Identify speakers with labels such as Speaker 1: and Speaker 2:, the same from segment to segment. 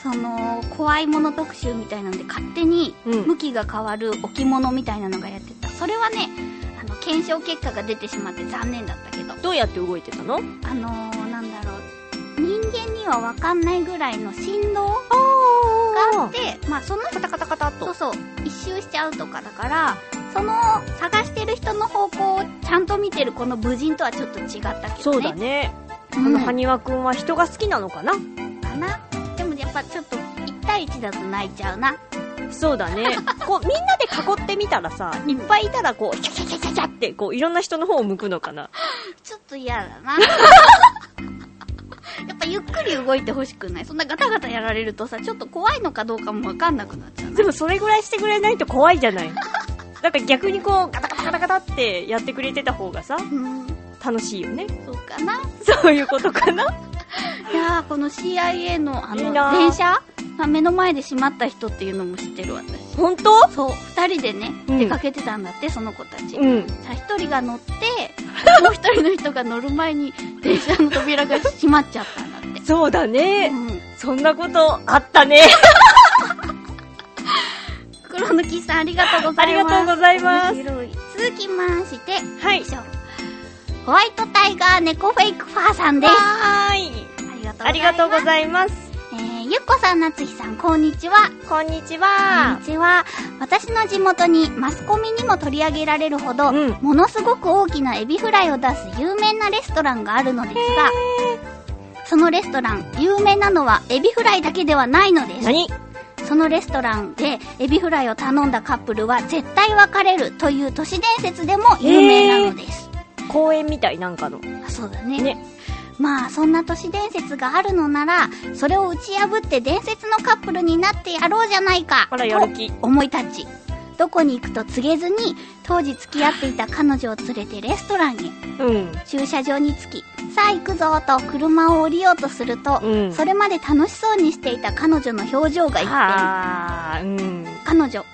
Speaker 1: その、怖いもの特集みたいなんで、勝手に
Speaker 2: うん
Speaker 1: 向きが変わる置物みたいなのがやってた。それはね、あの、検証結果が出てしまって残念だったけど、
Speaker 2: どうやって動いてたの
Speaker 1: あのー、なんだろう、人間にはわかんないぐらいの振動があ
Speaker 2: あ
Speaker 1: って、まあその、
Speaker 2: カタカタカタっ
Speaker 1: そう
Speaker 2: と。
Speaker 1: そう、一周しちゃうとかだから、その、探してる人の方向をちゃんと見てるこの無人とはちょっと違ったけどね。
Speaker 2: そうだね。
Speaker 1: うん。
Speaker 2: この埴輪くんは人が好きなのかな、
Speaker 1: かなでもやっぱちょっと1対1だと泣いちゃうな
Speaker 2: そうだ ね。こう、みんなで囲ってみたらさ、いっぱいいたらこう、キャキャキャキャキャって、こう、いろんな人の方を向くのかな。
Speaker 1: ちょっと嫌だ なやっぱゆっくり動いてほしくないそんなガタガタやられるとさちょっと怖いのかどうかもわかんなくなっちゃうな
Speaker 2: でもそれぐらいしてくれないと 怖いじゃない。なんか逆にこう、ガタガタガタガタってやってくれてた方がさ、
Speaker 1: うん
Speaker 2: 楽しいよね。
Speaker 1: そうかな
Speaker 2: そういうことかな
Speaker 1: いやーこの CIA のあ
Speaker 2: いい
Speaker 1: の
Speaker 2: なー
Speaker 1: 電車が目の前で閉まった人っていうのも知ってる私
Speaker 2: 本当
Speaker 1: そう二人でね
Speaker 2: うん
Speaker 1: 出かけてたんだって、その子たち、
Speaker 2: うん。
Speaker 1: さあ一人が乗ってもう一人の人が乗る前に電車の扉が閉まっちゃったん だって
Speaker 2: そうだね。
Speaker 1: うん
Speaker 2: そんなことあったね。
Speaker 1: 黒抜きさんありがとうございます
Speaker 2: ありがとうございます
Speaker 1: 面白い続きまして
Speaker 2: はい
Speaker 1: よいしょホワイトタイガー猫フェイクファーさんです
Speaker 2: はーい。
Speaker 1: あ
Speaker 2: あ
Speaker 1: り
Speaker 2: り
Speaker 1: が
Speaker 2: が
Speaker 1: と
Speaker 2: と
Speaker 1: う
Speaker 2: う
Speaker 1: ございます
Speaker 2: ございます。
Speaker 1: えー、ゆっこさんなつひさんこんにちは
Speaker 2: こんにち
Speaker 1: こん
Speaker 2: は
Speaker 1: に。ちは私の地元にマスコミにも取り上げられるほど、
Speaker 2: うん
Speaker 1: ものすごく大きなエビフライを出す有名なレストランがあるのですがそのレストラン有名なのはエビフライだけではないのです
Speaker 2: 何
Speaker 1: そのレストランでエビフライを頼んだカップルは絶対別れるという都市伝説でも有名なのです、
Speaker 2: 公園みたいなんかの。
Speaker 1: あそうだね
Speaker 2: ね
Speaker 1: まあそんな都市伝説があるのならそれを打ち破って伝説のカップルになってやろうじゃないか
Speaker 2: あら、やる気。
Speaker 1: 思い立ちどこに行くと告げずに当時付き合っていた彼女を連れてレストランへ
Speaker 2: うん。
Speaker 1: 駐車場に着きさあ行くぞと車を降りようとすると、
Speaker 2: うん
Speaker 1: それまで楽しそうにしていた彼女の表情が一変
Speaker 2: はー、うん。
Speaker 1: 彼女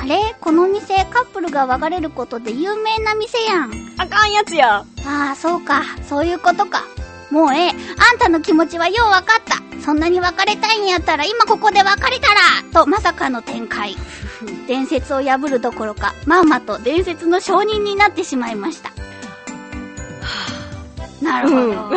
Speaker 1: あれこの店カップルが別れることで有名な店やん
Speaker 2: あかんやつや。
Speaker 1: ああそうかそういうことかもうええあんたの気持ちはようわかったそんなに別れたいんやったら今ここで別れたらとまさかの展開伝説を破るどころかまんまと伝説の証人になってしまいましたなるほど、
Speaker 2: うん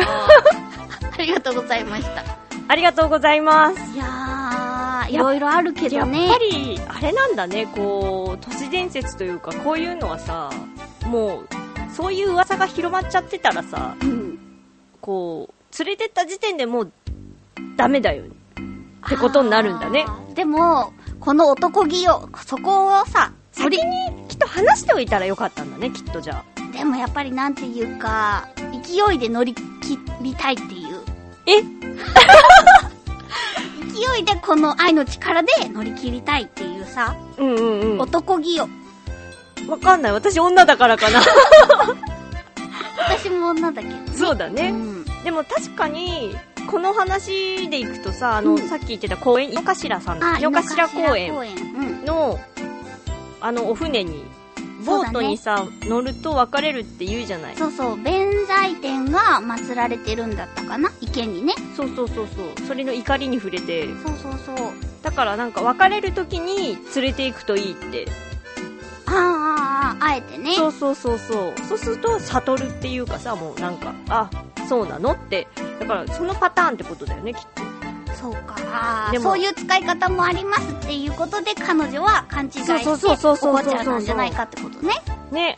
Speaker 1: ありがとうございました
Speaker 2: ありがとうございます。
Speaker 1: いやーいろいろあるけ
Speaker 2: や
Speaker 1: ど
Speaker 2: っ
Speaker 1: ね
Speaker 2: ぱり、あれなんだね、こう、都市伝説というか、こういうのはさ、もう、そういう噂が広まっちゃってたらさ、
Speaker 1: うん
Speaker 2: こう、連れてった時点でもう、ダメだよね。ってことになるんだね。
Speaker 1: あーでもこの男気をそこをさ
Speaker 2: 先に、きっと話しておいたらよかったんだね、きっとじゃあ。
Speaker 1: でもやっぱりなんていうか、勢いで乗り切りたいっていう。
Speaker 2: え
Speaker 1: 勢いでこの愛の力で乗り切りたいっていうさ、
Speaker 2: うんうんう
Speaker 1: 男気よ。
Speaker 2: ん。わかんない。私女だか らかな。
Speaker 1: 私も女だけどね。
Speaker 2: そうだ
Speaker 1: う
Speaker 2: ね。
Speaker 1: ん。
Speaker 2: でも確かに、この話でいくとさ、あの、
Speaker 1: うん
Speaker 2: さっき言ってた公園、井の頭さん
Speaker 1: あ
Speaker 2: の、井の頭公
Speaker 1: 井
Speaker 2: 園
Speaker 1: の頭うん。
Speaker 2: の、あの、お船に、
Speaker 1: そう
Speaker 2: ボ
Speaker 1: だね
Speaker 2: ートにさ、乗ると別れるって言うじゃない。
Speaker 1: そうそう、弁財天が祀られてるんだったかな池にね。
Speaker 2: そうそうそうそう。それの怒りに触れて、
Speaker 1: そうそうそう。
Speaker 2: だからなんか別れる時に連れて行くといいって。
Speaker 1: あーあーあー、あえてね。
Speaker 2: そうそうそうそう。そうすると悟るっていうかさ、もうなんか、あ、そうなのって。だからそのパターンってことだよね、きっと。
Speaker 1: そうか。あー
Speaker 2: でも
Speaker 1: そういう使い方もありますっていうことで彼女は勘違いして
Speaker 2: そうそうそうそうそうそう
Speaker 1: 怒っちゃったんじゃないかってことね。
Speaker 2: ね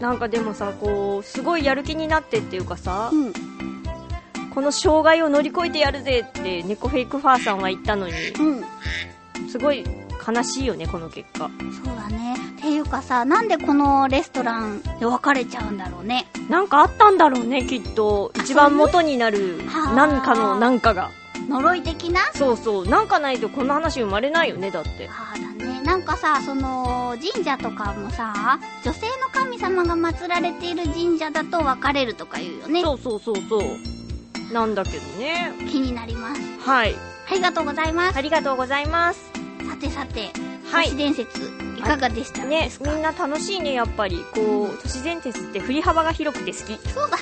Speaker 2: なんかでもさこうすごいやる気になってっていうかさ、
Speaker 1: うん。
Speaker 2: この障害を乗り越えてやるぜって猫フェイクファーさんは言ったのに
Speaker 1: うん。
Speaker 2: すごい悲しいよねこの結果
Speaker 1: そうだね。っていうかさ、なんでこのレストランで別れちゃうんだろうね。
Speaker 2: なんかあったんだろうねきっと一番元になる
Speaker 1: はあ
Speaker 2: なんかのなんかが
Speaker 1: 呪い的な
Speaker 2: そうそうなんかないとこの話生まれないよねだって
Speaker 1: ああだね。なんかさ、その、神社とかもさ、女性の神様が祀られている神社だと別れるとか言うよね。
Speaker 2: そうそうそうそうなんだけどね
Speaker 1: 気になります。
Speaker 2: はい
Speaker 1: ありがとうございます。
Speaker 2: ありがとうございます
Speaker 1: さてさて、都
Speaker 2: はい
Speaker 1: 市伝説、いかがでした
Speaker 2: ね
Speaker 1: ですか、
Speaker 2: みんな楽しいねやっぱりこう都市伝説って振り幅が広くて好き
Speaker 1: そうだね。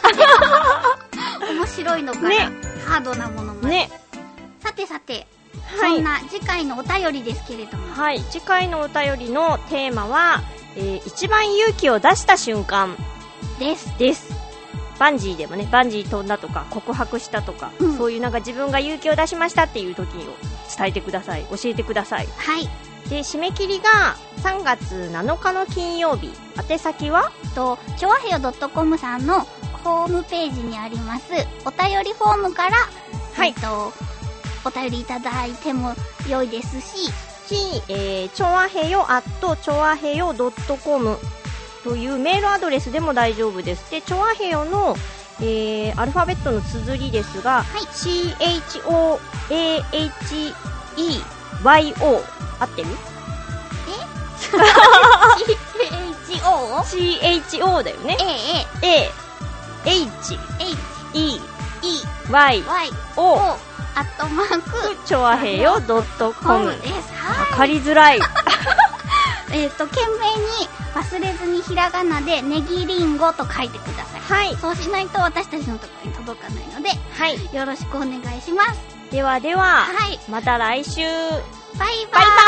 Speaker 1: 面白いのから、
Speaker 2: ね
Speaker 1: ハードなものも。
Speaker 2: ね。
Speaker 1: さてさて、
Speaker 2: は
Speaker 1: そん
Speaker 2: い。
Speaker 1: な次回のお便りですけれども。
Speaker 2: はい。次回のお便りのテーマは、えー一番勇気を出した瞬間
Speaker 1: です。
Speaker 2: です。バンジーでもね、バンジー飛んだとか、告白したとか、
Speaker 1: うん
Speaker 2: そういうなんか自分が勇気を出しましたっていう時を伝えてください。教えてください。
Speaker 1: はい。
Speaker 2: で、締め切りが3月7日の金曜日。宛先は
Speaker 1: と、ちょわへよ .com さんのホームページにあります、お便りフォームから、
Speaker 2: はい
Speaker 1: えっと、お便りいただいても良いですし、
Speaker 2: し、えー、ちょあへよ、あっと、ちょあへよ .com というメールアドレスでも大丈夫です。で、ちょあへよの、えー、アルファベットの綴りですが、
Speaker 1: はい
Speaker 2: CHOAHEYO 合ってる
Speaker 1: CHO?
Speaker 2: ?CHO だよね。
Speaker 1: ええ
Speaker 2: A H、
Speaker 1: H、
Speaker 2: E、
Speaker 1: E、Y、
Speaker 2: Y、
Speaker 1: O、
Speaker 2: O、
Speaker 1: アットマーク、
Speaker 2: チョアヘヨ .com
Speaker 1: ム。です。
Speaker 2: わ
Speaker 1: は
Speaker 2: かりづらい。
Speaker 1: い。えっ、と、懸命に忘れずにひらがなでネギリンゴと書いてください。
Speaker 2: はい。
Speaker 1: そうしないと私たちのところに届かないので、
Speaker 2: はい。
Speaker 1: よろしくお願いします。
Speaker 2: ではでは、
Speaker 1: はい。
Speaker 2: また来週。
Speaker 1: バイバーイ。
Speaker 2: バイバーイ